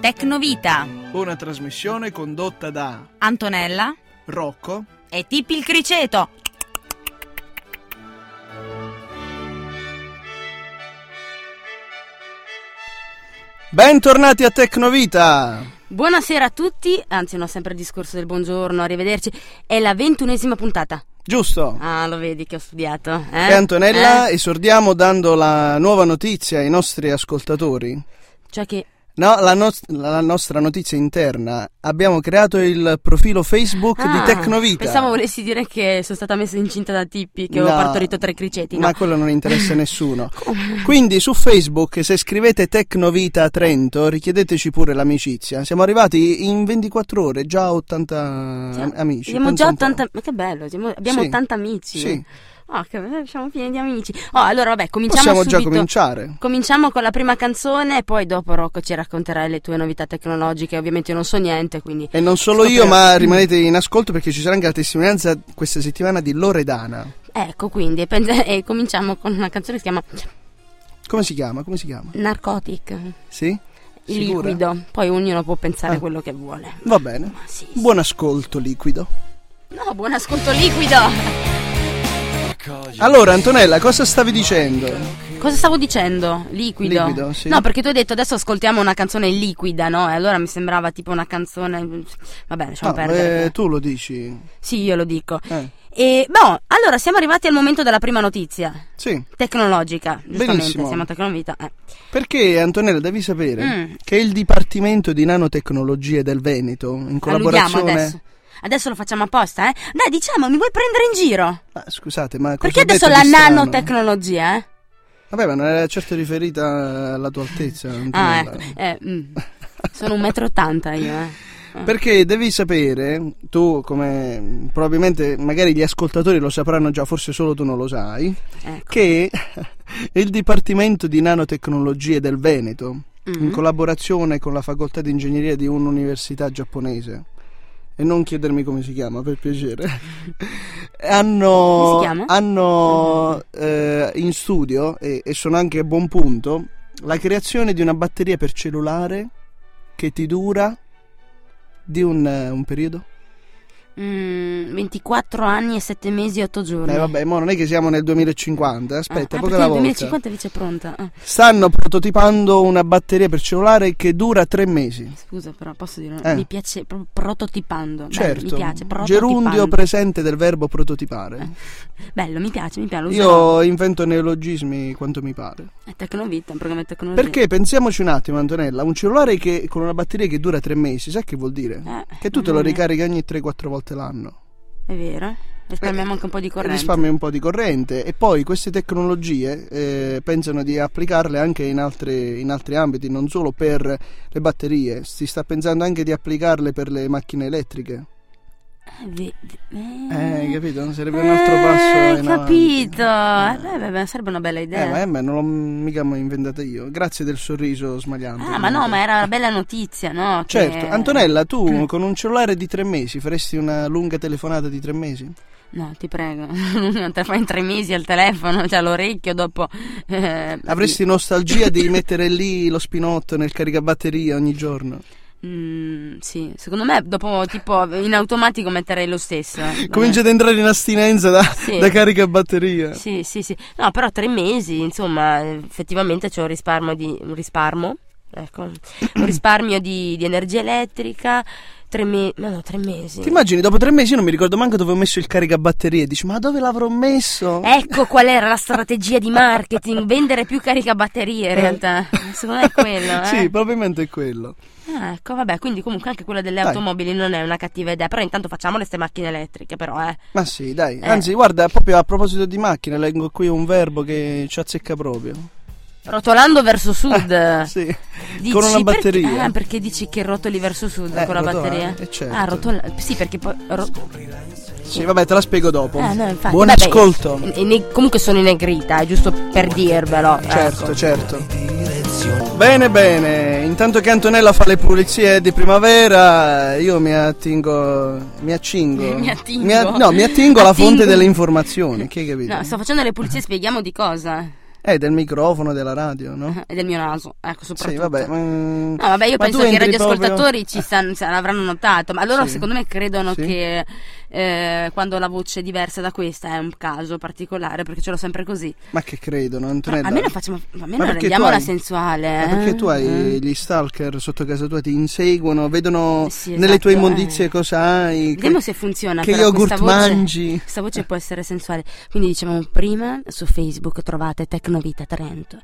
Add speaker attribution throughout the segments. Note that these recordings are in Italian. Speaker 1: Tecnovita,
Speaker 2: Una trasmissione condotta da
Speaker 1: Antonella
Speaker 2: Rocco.
Speaker 1: e Tippi il Criceto.
Speaker 2: Bentornati a Tecnovita!
Speaker 3: Buonasera a tutti, anzi no, sempre il discorso del buongiorno, arrivederci. È la ventunesima puntata.
Speaker 2: Giusto.
Speaker 3: Ah, lo vedi che ho studiato. Eh?
Speaker 2: E Antonella,
Speaker 3: Eh?
Speaker 2: esordiamo dando la nuova notizia ai nostri ascoltatori.
Speaker 3: Cioè che...
Speaker 2: No, la, nos- la nostra notizia interna. Abbiamo creato il profilo Facebook
Speaker 3: Ah,
Speaker 2: di Tecnovita.
Speaker 3: Pensavo volessi dire che sono stata messa incinta da Tippi, che ho
Speaker 2: No.
Speaker 3: partorito tre criceti. No.
Speaker 2: Ma quello non interessa a nessuno. Quindi su Facebook, se scrivete Tecnovita Trento, richiedeteci pure l'amicizia. Siamo arrivati in 24 ore, già a 80
Speaker 3: Siamo-
Speaker 2: amici.
Speaker 3: Cioè, Abbiamo
Speaker 2: pensa
Speaker 3: già
Speaker 2: un po'.
Speaker 3: 80... Ma che bello, siamo- abbiamo
Speaker 2: Sì.
Speaker 3: 80 amici.
Speaker 2: Sì,
Speaker 3: Oh, che siamo pieni di amici. Oh, allora vabbè, cominciamo
Speaker 2: possiamo
Speaker 3: subito.
Speaker 2: già cominciare.
Speaker 3: Cominciamo con la prima canzone e poi dopo Rocco ci racconterai le tue novità tecnologiche. Ovviamente io non so niente, quindi...
Speaker 2: E non solo io,
Speaker 3: Scopriamo.
Speaker 2: ma rimanete in ascolto perché ci sarà anche la testimonianza questa settimana di Loredana.
Speaker 3: Ecco, quindi, e pen- e cominciamo con una canzone che si chiama
Speaker 2: Come si chiama? Come si chiama?
Speaker 3: Narcotic.
Speaker 2: Sì? Sicura?
Speaker 3: liquido, poi ognuno può pensare
Speaker 2: Ah.
Speaker 3: quello che vuole.
Speaker 2: Va bene.
Speaker 3: Ma sì, sì.
Speaker 2: Buon ascolto, liquido.
Speaker 3: No, buon ascolto liquido.
Speaker 2: Allora, Antonella, cosa stavi dicendo?
Speaker 3: Cosa stavo dicendo? Liquido.
Speaker 2: Liquido, sì.
Speaker 3: No, perché tu hai detto adesso ascoltiamo una canzone liquida, no? E allora mi sembrava tipo una canzone Vabbè, lasciamo
Speaker 2: No,
Speaker 3: perdere.
Speaker 2: eh, tu lo dici.
Speaker 3: Sì, io lo dico.
Speaker 2: Eh,
Speaker 3: E boh, allora siamo arrivati al momento della prima notizia
Speaker 2: sì.
Speaker 3: tecnologica, giustamente,
Speaker 2: Benissimo.
Speaker 3: siamo a Tecnovita. eh.
Speaker 2: Perché Antonella devi sapere
Speaker 3: Mm.
Speaker 2: che il Dipartimento di Nanotecnologie del Veneto, in
Speaker 3: Alludiamo
Speaker 2: collaborazione...
Speaker 3: adesso. Adesso lo facciamo apposta, eh? Dai, diciamo, mi vuoi prendere in giro?
Speaker 2: Ma Ah, scusate, ma... cosa
Speaker 3: Perché
Speaker 2: ho detto
Speaker 3: adesso la
Speaker 2: di strano?
Speaker 3: nanotecnologia, eh?
Speaker 2: Vabbè, ma non era certo riferita alla tua altezza. Antonella.
Speaker 3: Ah, ecco. Eh, mm. Sono un metro ottanta io, eh.
Speaker 2: Perché devi sapere, tu come probabilmente magari gli ascoltatori lo sapranno già, forse solo tu non lo sai,
Speaker 3: Ecco.
Speaker 2: che il Dipartimento di Nanotecnologie del Veneto, in
Speaker 3: Mm.
Speaker 2: collaborazione con la facoltà di ingegneria di un'università giapponese, e non chiedermi come si chiama per piacere, hanno,
Speaker 3: Come si chiama? Mm-hmm.
Speaker 2: hanno, eh, in studio, e, e sono anche a buon punto, la creazione di una batteria per cellulare che ti dura di un, eh, un periodo.
Speaker 3: Mm, 24 anni e 7 mesi e 8 giorni.
Speaker 2: Eh, vabbè, mo non è che siamo nel 2050, aspetta,
Speaker 3: ah,
Speaker 2: poco
Speaker 3: perché
Speaker 2: alla
Speaker 3: nel
Speaker 2: volta.
Speaker 3: 2050 dice pronta. Ah,
Speaker 2: Stanno prototipando una batteria per cellulare che dura tre mesi.
Speaker 3: scusa, però posso dire.
Speaker 2: Eh.
Speaker 3: Mi piace pro- prototipando. Bello, Eh, mi
Speaker 2: certo,
Speaker 3: piace.
Speaker 2: gerundio
Speaker 3: prototipando.
Speaker 2: presente del verbo prototipare.
Speaker 3: Bello, mi piace, mi piace. Lo userò.
Speaker 2: Io invento neologismi quanto mi pare.
Speaker 3: È Tecnovita, un programma di tecnologia.
Speaker 2: Perché pensiamoci un attimo, Antonella, un cellulare che, con una batteria che dura tre mesi, sai che vuol dire?
Speaker 3: Eh,
Speaker 2: Che tu te lo
Speaker 3: mamma mia,
Speaker 2: ricarichi ogni 3-4 volte l'anno.
Speaker 3: È vero. Risparmiamo anche un po' di corrente.
Speaker 2: Eh, Risparmi un po' di corrente e poi queste tecnologie eh, pensano di applicarle anche in, altre- in altri ambiti, non solo per le batterie, si sta pensando anche di applicarle per le macchine elettriche.
Speaker 3: Eh, ve- ve-
Speaker 2: Eh, hai capito? Non sarebbe un altro passo.
Speaker 3: Mm. Eh,
Speaker 2: in
Speaker 3: capito. Eh,
Speaker 2: avanti.
Speaker 3: beh, beh, beh, sarebbe una bella
Speaker 2: Eh,
Speaker 3: idea.
Speaker 2: ma eh, ma non l'ho mica mai inventata io. Grazie del sorriso smagliante.
Speaker 3: Ah, ma no, ma Mm. era una bella notizia, no? Che-
Speaker 2: Certo, Antonella, tu con un cellulare di tre mesi faresti una lunga telefonata di tre mesi?
Speaker 3: No, ti prego, non te la fai in tre mesi al telefono, cioè all'orecchio dopo. eh,
Speaker 2: Avresti nostalgia di mettere lì lo spinotto nel caricabatteria ogni giorno?
Speaker 3: Mm, sì, secondo me dopo tipo in automatico metterei lo stesso. eh.
Speaker 2: Comincia ad entrare in astinenza da,
Speaker 3: Sì.
Speaker 2: da caricabatteria.
Speaker 3: Sì, sì, sì. No, però tre mesi, insomma, effettivamente c'è un risparmio di. Un risparmio? Ecco. Un risparmio di, di energia elettrica. Tre mesi. Ma no, tre mesi.
Speaker 2: Ti immagini, dopo tre mesi io non mi ricordo manco dove ho messo il caricabatterie. Dici, ma dove l'avrò messo?
Speaker 3: Ecco qual era la strategia di marketing, vendere più caricabatterie in realtà. Secondo me è quello, eh.
Speaker 2: Eh. sì, probabilmente è quello.
Speaker 3: Ah, ecco, vabbè, quindi comunque anche quella delle
Speaker 2: Dai.
Speaker 3: automobili non è una cattiva idea, però intanto facciamo le ste macchine elettriche, però, eh.
Speaker 2: Ma sì, dai.
Speaker 3: Eh.
Speaker 2: Anzi, guarda, proprio a proposito di macchine, leggo qui un verbo che ci azzecca proprio.
Speaker 3: Rotolando verso sud.
Speaker 2: Sì.
Speaker 3: Eh. Dici
Speaker 2: con una
Speaker 3: perché-
Speaker 2: batteria.
Speaker 3: ah, perché dici che rotoli verso sud
Speaker 2: Eh,
Speaker 3: con la
Speaker 2: rotolare,
Speaker 3: batteria?
Speaker 2: eh, certo.
Speaker 3: Ah, rotola- Sì, perché poi. ro-
Speaker 2: Sì, vabbè, te la spiego dopo.
Speaker 4: eh,
Speaker 3: Ah, no, infatti.
Speaker 2: Buon
Speaker 3: vabbè,
Speaker 2: ascolto.
Speaker 3: e- e ne- comunque sono in negrita, è giusto per dirvelo.
Speaker 4: ecco.
Speaker 2: Certo,
Speaker 3: Ecco.
Speaker 2: certo. Bene, bene. Intanto che Antonella fa le pulizie di primavera, io mi attingo. Mi accingo.
Speaker 3: Mi attingo.
Speaker 2: Mi a- no, mi attingo alla
Speaker 3: Attingo.
Speaker 2: fonte delle informazioni. Che hai capito?
Speaker 3: No, sto facendo le pulizie, spieghiamo di cosa.
Speaker 2: Eh, del microfono, della radio, no?
Speaker 4: e del mio naso, ecco,
Speaker 2: Sì,
Speaker 4: soprattutto.
Speaker 2: vabbè. mm,
Speaker 4: No, vabbè, io
Speaker 2: Ma
Speaker 4: penso
Speaker 2: tu
Speaker 4: che i
Speaker 2: entri
Speaker 4: radioascoltatori
Speaker 2: proprio-
Speaker 4: ci stanno, sa- l'avranno notato, ma loro
Speaker 2: Sì.
Speaker 4: secondo me credono
Speaker 2: Sì.
Speaker 4: che eh, quando la voce è diversa da questa è un caso particolare, perché ce l'ho sempre così.
Speaker 2: Ma che credono,
Speaker 4: Ma
Speaker 2: Antonella?
Speaker 4: almeno facciamo, almeno
Speaker 2: perché tu
Speaker 4: rendiamola
Speaker 2: hai-
Speaker 4: sensuale.
Speaker 2: Ma
Speaker 4: eh?
Speaker 2: perché tu hai
Speaker 4: Eh.
Speaker 2: gli stalker sotto casa tua, ti inseguono, vedono
Speaker 4: Sì,
Speaker 2: nelle tue
Speaker 4: esatto,
Speaker 2: immondizie
Speaker 4: eh.
Speaker 2: cosa hai,
Speaker 4: Vediamo
Speaker 2: che,
Speaker 4: se funziona.
Speaker 2: che
Speaker 4: però
Speaker 2: yogurt
Speaker 4: questa voce-
Speaker 2: mangi.
Speaker 4: Questa voce può essere sensuale. Quindi dicevamo prima su Facebook trovate Tecnovita Trento.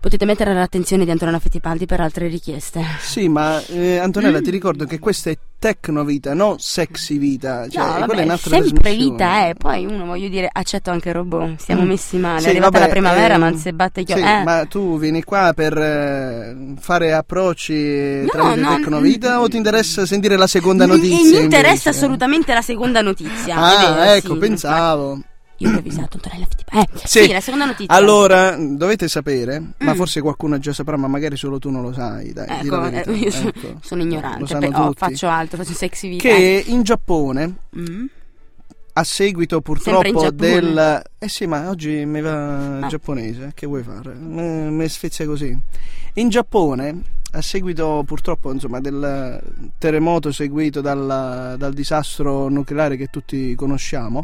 Speaker 4: Potete mettere all'attenzione di Antonella Fittipaldi per altre richieste.
Speaker 2: Sì, ma eh,
Speaker 4: Mm.
Speaker 2: Antonella ti ricordo che questa è tecnovita, non sexy vita. Cioè,
Speaker 4: no, vabbè,
Speaker 2: quella è un'altra
Speaker 4: sempre
Speaker 2: trasmissione.
Speaker 4: vita, eh. Poi uno, voglio dire, accetto anche robot. Siamo
Speaker 2: Mm.
Speaker 4: messi male.
Speaker 2: Sì,
Speaker 4: è arrivata
Speaker 2: vabbè,
Speaker 4: la primavera,
Speaker 2: ehm,
Speaker 4: ma non si batte chi
Speaker 2: sì,
Speaker 4: eh.
Speaker 2: ma tu vieni qua per eh, fare approcci
Speaker 4: No,
Speaker 2: tramite
Speaker 4: no,
Speaker 2: tecnovita
Speaker 4: mm,
Speaker 2: o ti interessa sentire la seconda
Speaker 4: Mi-
Speaker 2: notizia?
Speaker 4: mi interessa
Speaker 2: invece?
Speaker 4: assolutamente la seconda notizia. è
Speaker 2: Ah,
Speaker 4: vero,
Speaker 2: ecco,
Speaker 4: sì.
Speaker 2: pensavo.
Speaker 4: Io ho improvvisato Antonella Fittipaldi. Eh,
Speaker 2: Sì.
Speaker 4: sì. la seconda notizia.
Speaker 2: Allora, dovete sapere, ma
Speaker 4: Mm.
Speaker 2: forse qualcuno già saprà, ma magari solo tu non lo sai, dai, di la
Speaker 4: Ecco,
Speaker 2: verità,
Speaker 4: eh, io so-
Speaker 2: ecco.
Speaker 4: sono
Speaker 2: Lo
Speaker 4: ignorante.
Speaker 2: sanno
Speaker 4: pe- oh,
Speaker 2: tutti.
Speaker 4: faccio altro, faccio sexy vita. eh.
Speaker 2: Che in Giappone,
Speaker 4: Mm.
Speaker 2: a seguito purtroppo
Speaker 4: Sempre in Giappone.
Speaker 2: del... Eh sì, ma oggi mi va
Speaker 4: Ah.
Speaker 2: giapponese, eh, che vuoi fare? Mi mi sfizia così. In Giappone, a seguito purtroppo insomma, del terremoto seguito dalla- dal disastro nucleare che tutti conosciamo,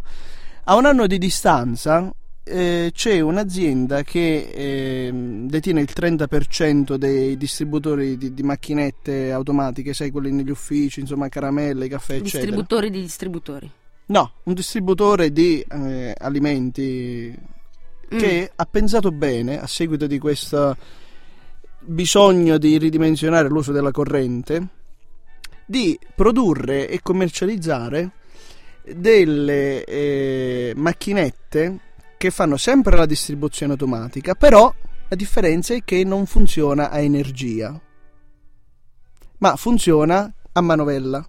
Speaker 2: a un anno di distanza eh, c'è un'azienda che ehm, detiene il 30% dei distributori di, di macchinette automatiche, sai, quelli negli uffici, insomma, caramelle, caffè, eccetera.
Speaker 4: Distributori di distributori.
Speaker 2: No, un distributore di eh, alimenti
Speaker 4: Mm.
Speaker 2: che ha pensato bene a seguito di questo bisogno di ridimensionare l'uso della corrente di produrre e commercializzare delle eh, macchinette che fanno sempre la distribuzione automatica, però la differenza è che non funziona a energia, ma funziona a manovella.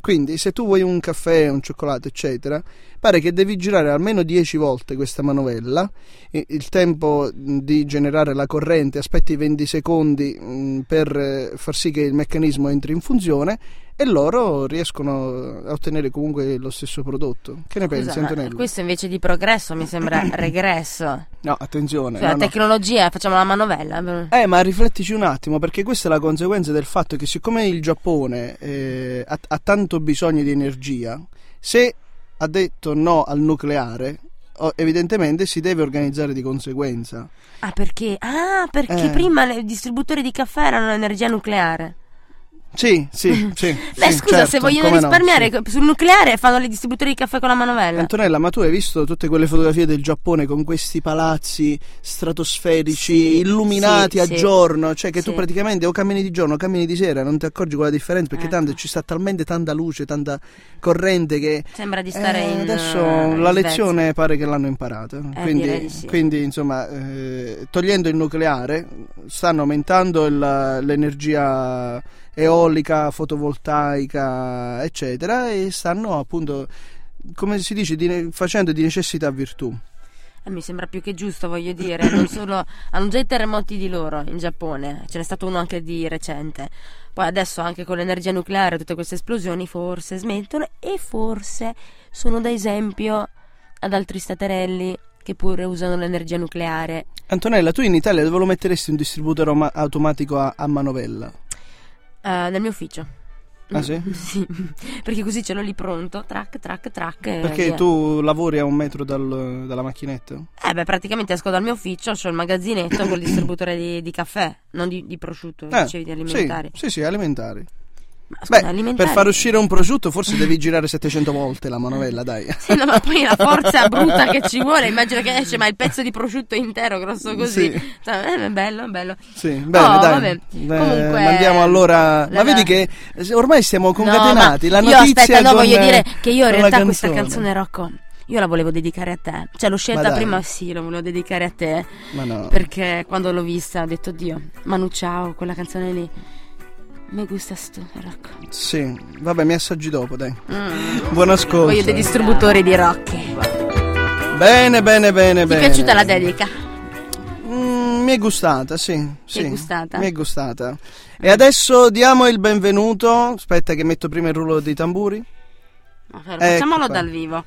Speaker 2: Quindi se tu vuoi un caffè, un cioccolato, eccetera, pare che devi girare almeno 10 volte questa manovella, e il tempo mh, di generare la corrente, aspetti 20 secondi mh, per eh, far sì che il meccanismo entri in funzione e loro riescono a ottenere comunque lo stesso prodotto. Che
Speaker 3: Scusa,
Speaker 2: ne
Speaker 3: eh,
Speaker 2: pensi
Speaker 3: ma
Speaker 2: Antonello?
Speaker 3: Questo invece di progresso mi sembra regresso.
Speaker 2: No, attenzione.
Speaker 3: Cioè, la
Speaker 2: no, no.
Speaker 3: tecnologia, facciamo la manovella.
Speaker 2: Eh, ma riflettici un attimo, perché questa è la conseguenza del fatto che siccome il Giappone eh, ha, ha tanto bisogno di energia, se ha detto no al nucleare, o- evidentemente si deve organizzare di conseguenza.
Speaker 3: Ah, perché? Ah, perché
Speaker 2: Eh.
Speaker 3: prima le- i distributori di caffè erano energia nucleare.
Speaker 2: Sì, sì, sì.
Speaker 3: Beh,
Speaker 2: sì,
Speaker 3: scusa, se
Speaker 2: certo,
Speaker 3: vogliono
Speaker 2: come no,
Speaker 3: risparmiare
Speaker 2: sì.
Speaker 3: co- sul nucleare fanno le distributori di caffè con la manovella.
Speaker 2: Antonella, ma tu hai visto tutte quelle fotografie del Giappone con questi palazzi stratosferici,
Speaker 3: Sì, sì,
Speaker 2: illuminati a
Speaker 3: sì.
Speaker 2: giorno? Cioè, che tu
Speaker 3: Sì.
Speaker 2: praticamente o cammini di giorno o cammini di sera, non ti accorgi quella differenza perché
Speaker 4: Ecco.
Speaker 2: tanto ci sta talmente tanta luce, tanta corrente che
Speaker 3: Sembra di stare
Speaker 2: Eh,
Speaker 3: in
Speaker 2: adesso
Speaker 3: eh, in Svezia.
Speaker 2: la
Speaker 3: Eh,
Speaker 2: lezione pare che l'hanno imparata.
Speaker 3: direi
Speaker 2: quindi,
Speaker 3: di sì.
Speaker 2: quindi, insomma, eh, togliendo il nucleare, stanno aumentando il- l'energia eolica, fotovoltaica, eccetera, e stanno appunto, come si dice, di ne- facendo di necessità virtù.
Speaker 3: Eh, mi sembra più che giusto, voglio dire. Non solo, hanno già i terremoti di loro in Giappone, ce n'è stato uno anche di recente. Poi adesso anche con l'energia nucleare, e tutte queste esplosioni, forse smettono e forse sono da esempio ad altri staterelli che pure usano l'energia nucleare.
Speaker 2: Antonella, tu in Italia dove lo metteresti un distributore oma- automatico a, a manovella?
Speaker 3: Eh, nel mio ufficio.
Speaker 2: Ah, sì?
Speaker 3: Sì, perché così ce l'ho lì pronto, track, track, track. e
Speaker 2: Perché
Speaker 3: via.
Speaker 2: tu lavori a un metro dal- dalla macchinetta?
Speaker 3: Eh beh, praticamente esco dal mio ufficio, ho il magazzinetto col distributore di, di caffè, non di, di prosciutto,
Speaker 2: Eh,
Speaker 3: dicevi di
Speaker 2: Sì,
Speaker 3: alimentari.
Speaker 2: sì, sì, alimentari.
Speaker 3: Ma scusa,
Speaker 2: Beh, per
Speaker 3: alimentari?
Speaker 2: far uscire un prosciutto forse devi girare 700 volte la manovella, dai.
Speaker 3: Sì, no, ma poi la forza brutta che ci vuole, immagino che esce, ma il pezzo di prosciutto intero, grosso così.
Speaker 2: Sì.
Speaker 3: Cioè, eh, bello, bello.
Speaker 2: Sì, bene, dai.
Speaker 3: vabbè.
Speaker 2: Eh,
Speaker 3: Comunque,
Speaker 2: mandiamo allora...
Speaker 3: la-
Speaker 2: Ma vedi che se- ormai siamo concatenati,
Speaker 3: No,
Speaker 2: la
Speaker 3: ma
Speaker 2: notizia
Speaker 3: Io aspetta, no,
Speaker 2: con- eh,
Speaker 3: voglio dire che io in
Speaker 2: con la
Speaker 3: realtà questa canzone Rocco, io la volevo dedicare a te. Cioè, l'ho scelta
Speaker 2: dai.
Speaker 3: prima, sì, la volevo dedicare a te.
Speaker 2: Ma no.
Speaker 3: Perché quando l'ho vista ho detto, Dio, Manu Ciao, quella canzone lì. Mi gusta sto rock.
Speaker 2: Sì, vabbè, mi assaggi dopo, dai.
Speaker 3: Mm.
Speaker 2: Buon ascolto.
Speaker 3: Voglio dei distributori di rock. Ti
Speaker 2: Bene, bene, bene,
Speaker 3: è
Speaker 2: bene.
Speaker 3: piaciuta la dedica?
Speaker 2: Mm, mi è gustata, sì. sì.
Speaker 3: gustata? Mm.
Speaker 2: Mi è gustata. E adesso diamo il benvenuto. Aspetta che metto prima il rullo dei tamburi.
Speaker 3: No, fermo, Facciamolo
Speaker 2: qua.
Speaker 3: dal vivo.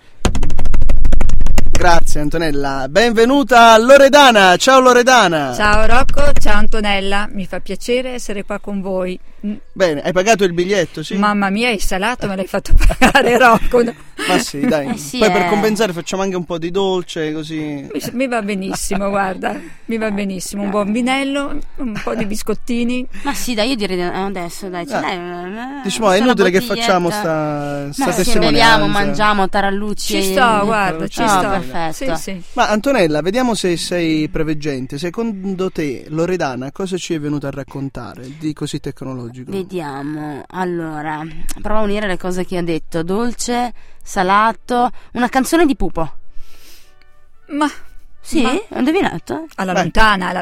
Speaker 2: Grazie Antonella. Benvenuta Loredana. Ciao Loredana.
Speaker 5: Ciao Rocco, ciao Antonella, mi fa piacere essere qua con voi. Mm,
Speaker 2: Bene, hai pagato il biglietto, sì?
Speaker 5: Mamma mia, il salato me l'hai fatto pagare Rocco. no?
Speaker 2: Ma sì, dai.
Speaker 3: Eh sì,
Speaker 2: Poi
Speaker 3: eh.
Speaker 2: per compensare facciamo anche un po' di dolce, così.
Speaker 5: Mi, mi va benissimo, guarda, mi va benissimo. Un buon vinello, un po' di biscottini.
Speaker 3: Ma sì, dai, io direi di- adesso, dai. Cioè,
Speaker 2: Ah.
Speaker 3: dai, eh, sta
Speaker 2: Diciamo, è
Speaker 3: la
Speaker 2: inutile che
Speaker 3: bottiglietta.
Speaker 2: facciamo sta, sta
Speaker 3: Ma sì,
Speaker 2: testimonianza.
Speaker 3: beviamo, mangiamo, tarallucci.
Speaker 5: Ci sto, guarda, ci
Speaker 3: Ah,
Speaker 5: sto.
Speaker 3: perfetto.
Speaker 5: Sì, sì.
Speaker 2: Ma Antonella, vediamo se sei preveggente. Secondo te, Loredana, cosa ci è venuta a raccontare di così tecnologico?
Speaker 3: Vediamo, allora, prova a unire le cose che ha detto, dolce, salato, una canzone di Pupo.
Speaker 5: Ma
Speaker 3: Sì,
Speaker 5: Ma-
Speaker 3: ho indovinato?
Speaker 5: alla
Speaker 2: Beh.
Speaker 5: lontana, alla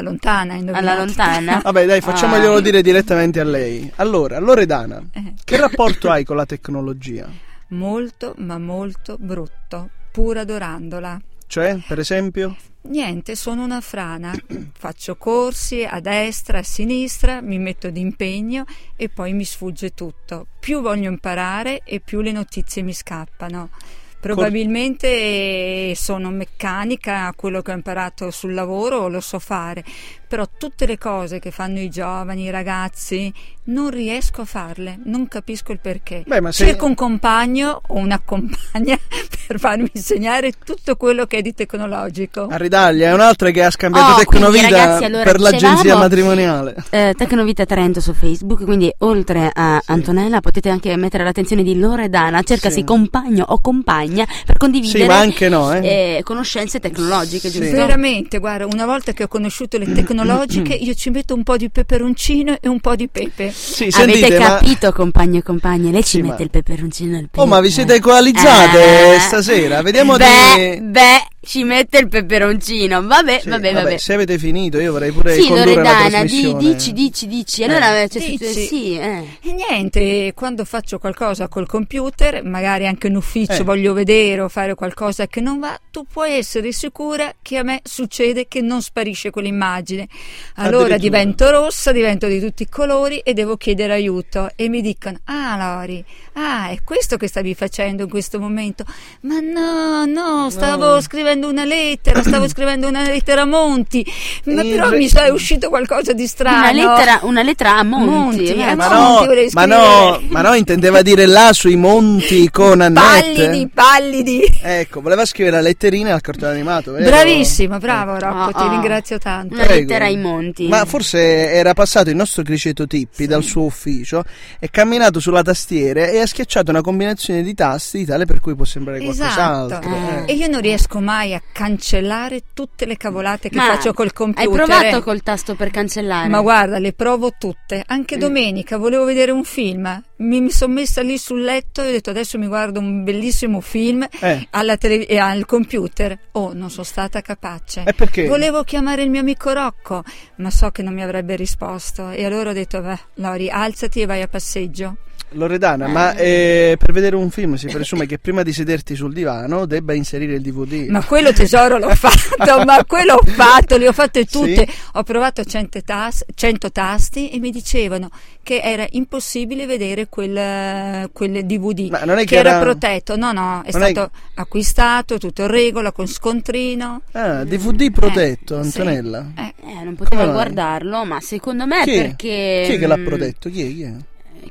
Speaker 3: Alla
Speaker 5: lontana, indovinate.
Speaker 3: lontana.
Speaker 2: Vabbè, dai, facciamoglielo
Speaker 3: Ah.
Speaker 2: dire direttamente a lei. Allora, Loredana,
Speaker 5: Eh,
Speaker 2: che rapporto hai con la tecnologia?
Speaker 5: molto, ma molto brutto, pur adorandola.
Speaker 2: Cioè, per esempio?
Speaker 5: Niente, sono una frana. Faccio corsi a destra, a sinistra, mi metto d'impegno e poi mi sfugge tutto. Più voglio imparare e più le notizie mi scappano. Probabilmente eh, sono meccanica, quello che ho imparato sul lavoro lo so fare, però tutte le cose che fanno i giovani, i ragazzi, non riesco a farle, non capisco il perché.
Speaker 2: Beh, ma se-
Speaker 5: Cerco un compagno o una compagna per farmi insegnare tutto quello che è di tecnologico.
Speaker 2: A Ridaglia è un'altra che ha scambiato
Speaker 3: Oh,
Speaker 2: Tecnovita
Speaker 3: quindi, ragazzi, allora,
Speaker 2: per l'agenzia
Speaker 3: dicevamo-
Speaker 2: matrimoniale.
Speaker 3: Eh, Tecnovita Trento su Facebook, quindi oltre a
Speaker 2: Sì.
Speaker 3: Antonella potete anche mettere l'attenzione di Loredana, cercasi
Speaker 2: Sì.
Speaker 3: compagno o compagna per condividere
Speaker 2: Sì, ma anche no, eh.
Speaker 3: eh, conoscenze tecnologiche,
Speaker 2: Sì.
Speaker 3: giusto?
Speaker 5: Veramente, guarda, una volta che ho conosciuto le tecnologiche, io ci metto un po' di peperoncino e un po' di pepe.
Speaker 2: Sì,
Speaker 3: Avete
Speaker 2: sentite, ma...
Speaker 3: capito, compagno e compagne? Lei
Speaker 2: Sì,
Speaker 3: ci
Speaker 2: ma-
Speaker 3: mette il peperoncino e il pepe.
Speaker 2: Oh, ma vi siete coalizzate
Speaker 3: Eh.
Speaker 2: stasera? Vediamo
Speaker 3: beh,
Speaker 2: di...
Speaker 3: beh, ci mette il peperoncino. Vabbè,
Speaker 2: Sì,
Speaker 3: vabbè, vabbè.
Speaker 2: Se avete finito, io vorrei pure
Speaker 3: Sì,
Speaker 2: condurre la
Speaker 3: Loredana, di,
Speaker 2: trasmissione.
Speaker 3: dici, dici, dici. Allora, cioè, se tu-
Speaker 5: Dici.
Speaker 3: sì, eh.
Speaker 5: E niente, quando faccio qualcosa col computer, magari anche in ufficio
Speaker 2: Eh.
Speaker 5: voglio vedere o fare qualcosa che non va, tu puoi essere sicura che a me succede che non sparisce quell'immagine.
Speaker 2: Ah,
Speaker 5: Allora
Speaker 2: Addirittura.
Speaker 5: divento rossa, divento di tutti i colori e devo chiedere aiuto. E mi dicono: Ah, Lori, ah, è questo che stavi facendo in questo momento. Ma no, no, stavo scrivendo una lettera, stavo scrivendo una lettera a Monti, ma
Speaker 2: In
Speaker 5: però
Speaker 2: re-
Speaker 5: mi so- è uscito qualcosa di
Speaker 3: Una
Speaker 5: strano.
Speaker 3: lettera, una lettera a Monti.
Speaker 5: Monti,
Speaker 3: eh.
Speaker 5: eh,
Speaker 2: Ma
Speaker 5: Monti
Speaker 2: no,
Speaker 5: volevi
Speaker 2: ma
Speaker 5: scrivere.
Speaker 2: no, ma no, intendeva dire là sui monti con Annette.
Speaker 5: Pallidi, pallidi.
Speaker 2: Ecco, voleva scrivere la letterina al cartone animato. vero? Mm.
Speaker 5: Bravissimo, bravo Rocco,
Speaker 3: Ah, ah.
Speaker 5: ti ringrazio tanto.
Speaker 3: Una
Speaker 2: Prego.
Speaker 3: lettera ai Monti.
Speaker 2: Ma forse era passato il nostro Criceto Tippi dal suo ufficio, è camminato sulla tastiera e ha schiacciato una combinazione di tasti tale per cui può sembrare
Speaker 5: Esatto.
Speaker 2: qualcos'altro.
Speaker 3: Eh.
Speaker 5: E io non riesco mai a cancellare tutte le cavolate che
Speaker 3: Ma
Speaker 5: faccio col
Speaker 3: Hai
Speaker 5: computer. eh.
Speaker 3: provato col Mm. tasto per cancellare?
Speaker 5: Ma guarda, le provo tutte. Anche domenica volevo vedere un film. Mi, mi sono messa lì sul letto e ho detto adesso mi guardo un bellissimo film
Speaker 2: Eh.
Speaker 5: alla tele- e al computer. Oh, non sono stata capace.
Speaker 2: E perché?
Speaker 5: Volevo chiamare il mio amico Rocco, ma so che non mi avrebbe risposto. E allora ho detto, beh, Lori, alzati e vai a passeggio.
Speaker 2: Loredana, ma eh, per vedere un film si presume che prima di sederti sul divano debba inserire il DVD.
Speaker 5: Ma quello tesoro l'ho fatto, ma quello ho fatto, le ho fatte tutte.
Speaker 2: Sì.
Speaker 5: Ho provato 100, tas- 100 tasti e mi dicevano che era impossibile vedere quel, eh, quel DVD.
Speaker 2: Ma non è che
Speaker 5: che era,
Speaker 2: era-
Speaker 5: protetto, no, no, è
Speaker 2: Non è-
Speaker 5: stato acquistato tutto in regola con scontrino.
Speaker 2: Ah, DVD protetto,
Speaker 5: Eh, sì.
Speaker 2: Antonella.
Speaker 5: Eh,
Speaker 3: Eh, non potevo
Speaker 2: Come mai?
Speaker 3: guardarlo, ma secondo me
Speaker 2: Chi è?
Speaker 3: perché...
Speaker 2: Chi è che l'ha
Speaker 3: mm,
Speaker 2: protetto? Chi è? Chi è?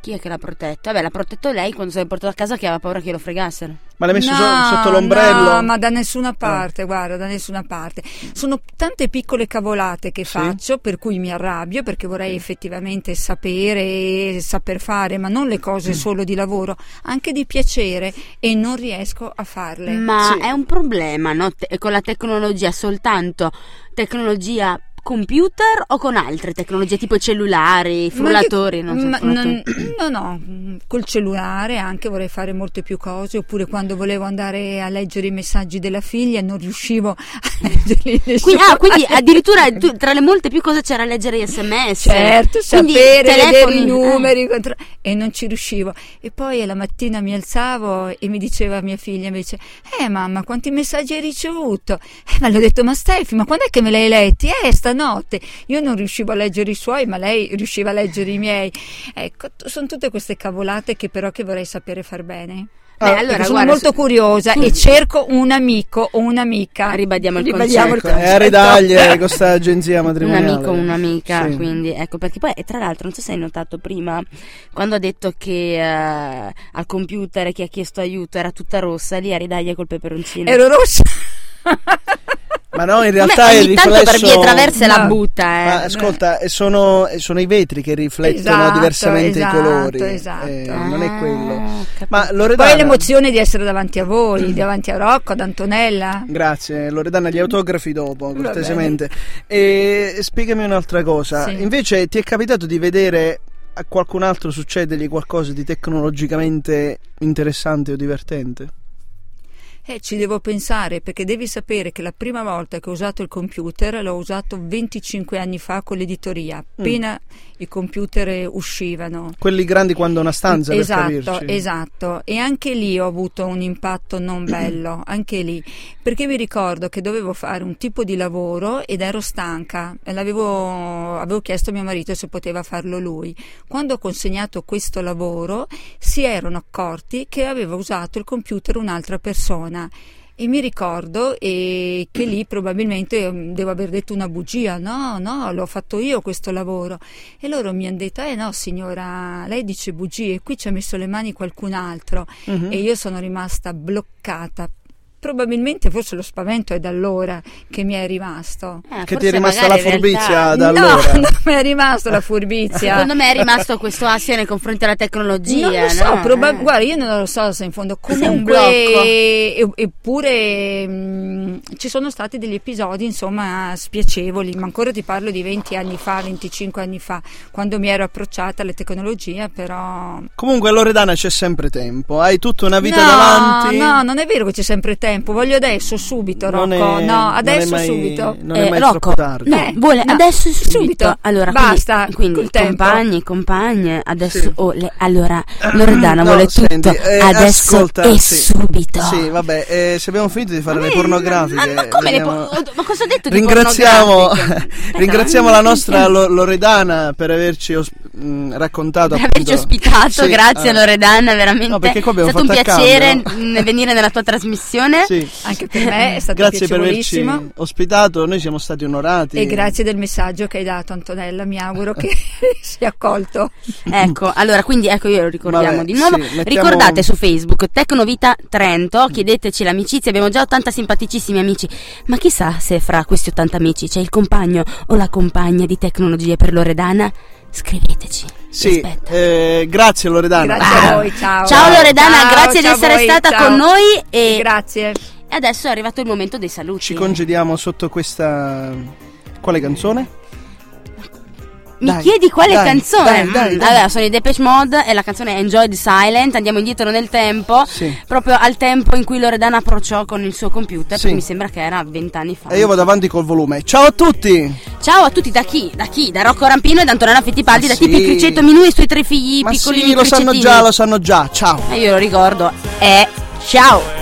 Speaker 3: Chi è che l'ha protetto? Vabbè, l'ha protetto lei quando se l'è portato a casa che aveva paura che lo fregassero.
Speaker 2: Ma l'hai messo
Speaker 5: No,
Speaker 2: so- sotto l'ombrello? Ah. Eh.
Speaker 5: No, ma da nessuna parte, guarda, da nessuna parte. Sono tante piccole cavolate che
Speaker 2: Sì.
Speaker 5: faccio, per cui mi arrabbio, perché vorrei effettivamente sapere e saper fare, ma non le
Speaker 2: Mm.
Speaker 5: cose solo di lavoro, anche di piacere, e non riesco a farle.
Speaker 3: Ma
Speaker 2: Sì.
Speaker 3: è un problema, no? Te- con la tecnologia soltanto tecnologia computer o con altre tecnologie tipo i cellulari, i frullatori,
Speaker 5: Ma
Speaker 3: non
Speaker 5: che-
Speaker 3: so.
Speaker 5: ma
Speaker 3: frullatori.
Speaker 5: non- no, no, col cellulare anche vorrei fare molte più cose, oppure quando volevo andare a leggere i messaggi della figlia non riuscivo a leggerli.
Speaker 3: Quindi, ah, quindi
Speaker 5: nessuno.
Speaker 3: addirittura tu- tra le molte più cose c'era leggere gli sms.
Speaker 5: Certo,
Speaker 3: Cioè, Quindi
Speaker 5: sapere, vedere
Speaker 3: telefoni,
Speaker 5: i
Speaker 3: eh.
Speaker 5: numeri contro- e non ci riuscivo. E poi alla mattina mi alzavo e mi diceva mia figlia invece, eh mamma quanti messaggi hai ricevuto? Eh ma l'ho detto, ma Steffi, ma quando è che me li hai letti? Eh stanotte. Io non riuscivo a leggere i suoi, ma lei riusciva a leggere i miei. Ecco, t- sono tutte queste cavolate che però che vorrei sapere far bene.
Speaker 2: Ah,
Speaker 5: Beh, allora, sono molto curiosa e cerco un amico o un'amica.
Speaker 3: Ribadiamo il
Speaker 5: Ribadiamo il
Speaker 3: concetto.
Speaker 2: Ecco, è a ridaglie questa agenzia
Speaker 3: Un
Speaker 2: matrimoniale.
Speaker 3: amico, un'amica,
Speaker 2: Sì.
Speaker 3: quindi ecco perché poi, e tra l'altro, non so se hai notato prima quando ha detto che eh, al computer chi ha chiesto aiuto era tutta rossa, lì a ridaglia col peperoncino.
Speaker 5: Ero rossa.
Speaker 2: Ma no,
Speaker 3: Vabbè,
Speaker 2: in realtà è il
Speaker 3: ogni tanto per vie
Speaker 2: riflesso-
Speaker 3: traverse la
Speaker 5: Ma-
Speaker 3: butta, eh.
Speaker 2: Ma ascolta, eh, sono, eh, sono i vetri che riflettono
Speaker 5: Esatto,
Speaker 2: diversamente
Speaker 5: esatto,
Speaker 2: i colori.
Speaker 5: esatto.
Speaker 2: eh, non è
Speaker 3: Ah,
Speaker 2: quello.
Speaker 3: capito.
Speaker 2: Ma Loredana,
Speaker 5: Poi l'emozione di essere davanti a voi, davanti a Rocco, ad Antonella.
Speaker 2: Grazie, Loredana, gli autografi dopo, cortesemente. E spiegami un'altra cosa.
Speaker 5: Sì.
Speaker 2: Invece ti è capitato di vedere a qualcun altro succedergli qualcosa di tecnologicamente interessante o divertente?
Speaker 5: Eh, ci devo pensare perché devi sapere che la prima volta che ho usato il computer l'ho usato 25 anni fa con l'editoria, appena i computer uscivano.
Speaker 2: Quelli grandi quando una stanza, per
Speaker 5: esatto,
Speaker 2: capirci.
Speaker 5: esatto. E anche lì ho avuto un impatto non bello, anche lì, perché mi ricordo che dovevo fare un tipo di lavoro ed ero stanca e l'avevo avevo chiesto a mio marito se poteva farlo lui. Quando ho consegnato questo lavoro, si erano accorti che aveva usato il computer un'altra persona. E mi ricordo eh, che lì probabilmente mm, devo aver detto una bugia, no, no, l'ho fatto io questo lavoro. E loro mi hanno detto, eh no signora, lei dice bugie, qui ci ha messo le mani qualcun altro.
Speaker 2: Mhm.
Speaker 3: Mm.
Speaker 5: E io sono rimasta bloccata. Probabilmente forse lo spavento è da allora che mi è rimasto.
Speaker 3: Eh,
Speaker 2: Che ti
Speaker 3: forse
Speaker 2: è rimasta la
Speaker 3: magari in
Speaker 2: furbizia
Speaker 3: realtà-
Speaker 2: da
Speaker 5: no,
Speaker 2: allora?
Speaker 5: non mi è rimasto la furbizia.
Speaker 3: Secondo me è rimasto questo assio nei confronti della tecnologia.
Speaker 5: Non lo so,
Speaker 3: no?
Speaker 5: proba-
Speaker 3: Eh.
Speaker 5: guarda, io non lo so se in fondo
Speaker 3: un
Speaker 5: comunque,
Speaker 3: blocco.
Speaker 5: e- eppure mh, ci sono stati degli episodi insomma spiacevoli, ma ancora ti parlo di 20 anni fa, 25 anni fa, quando mi ero approcciata alle tecnologie, però
Speaker 2: Comunque, Loredana, c'è sempre tempo. Hai tutta una vita
Speaker 5: no,
Speaker 2: davanti.
Speaker 5: No, non è vero che c'è sempre tempo, voglio adesso subito, Rocco.
Speaker 2: Non è-
Speaker 5: no,
Speaker 2: non è
Speaker 5: adesso
Speaker 2: mai-
Speaker 5: subito.
Speaker 2: Non è
Speaker 3: Eh,
Speaker 2: mai
Speaker 3: Rocco,
Speaker 2: troppo tardi.
Speaker 3: No,
Speaker 5: Eh,
Speaker 3: vuole
Speaker 5: no,
Speaker 3: adesso subito.
Speaker 5: subito.
Speaker 3: Allora,
Speaker 5: Basta,
Speaker 3: quindi, quindi
Speaker 5: col tempo.
Speaker 3: compagni, compagne, adesso
Speaker 2: Sì.
Speaker 3: oh, le- allora Loredana
Speaker 2: Ehm, No,
Speaker 3: vuole
Speaker 2: senti,
Speaker 3: tutto
Speaker 2: eh,
Speaker 3: adesso
Speaker 2: ascolta,
Speaker 3: e
Speaker 2: sì.
Speaker 3: subito.
Speaker 2: Sì, vabbè, eh, se abbiamo finito di fare
Speaker 3: Ma
Speaker 2: le
Speaker 3: me-
Speaker 2: pornografiche.
Speaker 3: ma- ma come le
Speaker 2: vediamo-
Speaker 3: por- ma cosa ho detto di
Speaker 2: Ringraziamo,
Speaker 3: pornografiche? Aspetta,
Speaker 2: ringraziamo
Speaker 3: non-
Speaker 2: la nostra Lo- Loredana per averci os- mh, raccontato.
Speaker 3: Per
Speaker 2: appunto-
Speaker 3: averci ospitato,
Speaker 2: Sì,
Speaker 3: grazie
Speaker 2: eh,
Speaker 3: Loredana, veramente
Speaker 2: No, perché qua
Speaker 3: è
Speaker 2: abbiamo
Speaker 3: stato un
Speaker 2: fatto a
Speaker 3: piacere
Speaker 2: cambio,
Speaker 3: mh, venire nella tua trasmissione.
Speaker 2: sì.
Speaker 5: Anche per me è stato
Speaker 2: Grazie per averci
Speaker 5: piacevolissimo.
Speaker 2: ospitato, noi siamo stati onorati.
Speaker 5: E grazie del messaggio che hai dato, Antonella. Mi auguro che sia accolto.
Speaker 3: Ecco, allora quindi ecco io lo ricordiamo
Speaker 2: Vabbè,
Speaker 3: di nuovo.
Speaker 2: sì, mettiamo-
Speaker 3: Ricordate su Facebook Tecnovita Trento, chiedeteci l'amicizia, abbiamo già 80 simpaticissimi amici, ma chissà se fra questi 80 amici c'è il compagno o la compagna di tecnologie per Loredana. Scriveteci. vi
Speaker 2: Sì,
Speaker 3: aspetto.
Speaker 2: eh, grazie Loredana. Ah,
Speaker 5: Grazie a voi, ciao.
Speaker 3: Ciao Loredana, grazie di
Speaker 5: ciao a
Speaker 3: essere
Speaker 5: voi,
Speaker 3: stata
Speaker 5: ciao.
Speaker 3: con noi e
Speaker 5: Grazie.
Speaker 3: e adesso è arrivato il momento dei saluti.
Speaker 2: Ci congediamo sotto questa quale canzone?
Speaker 3: Mi
Speaker 2: Dai,
Speaker 3: chiedi quale
Speaker 2: dai,
Speaker 3: canzone? Mm.
Speaker 2: dai, dai, dai.
Speaker 3: Allora, sono i Depeche Mode e la canzone è Enjoy the Silent. Andiamo indietro nel tempo.
Speaker 2: Sì.
Speaker 3: Proprio al tempo in cui Loredana approcciò con il suo computer,
Speaker 2: Sì.
Speaker 3: perché mi sembra che era vent'anni fa.
Speaker 2: E io vado avanti col volume. Ciao a tutti!
Speaker 3: Ciao a tutti, da chi? Da chi? Da Rocco Rampino e da Antonella Fittipaldi,
Speaker 2: Ma
Speaker 3: da
Speaker 2: sì.
Speaker 3: Tipi Criceto Minù e i suoi tre figli
Speaker 2: Ma
Speaker 3: piccolini
Speaker 2: sì, lo sanno
Speaker 3: cricettini.
Speaker 2: già, lo sanno già. Ciao.
Speaker 3: E io lo ricordo. E ciao!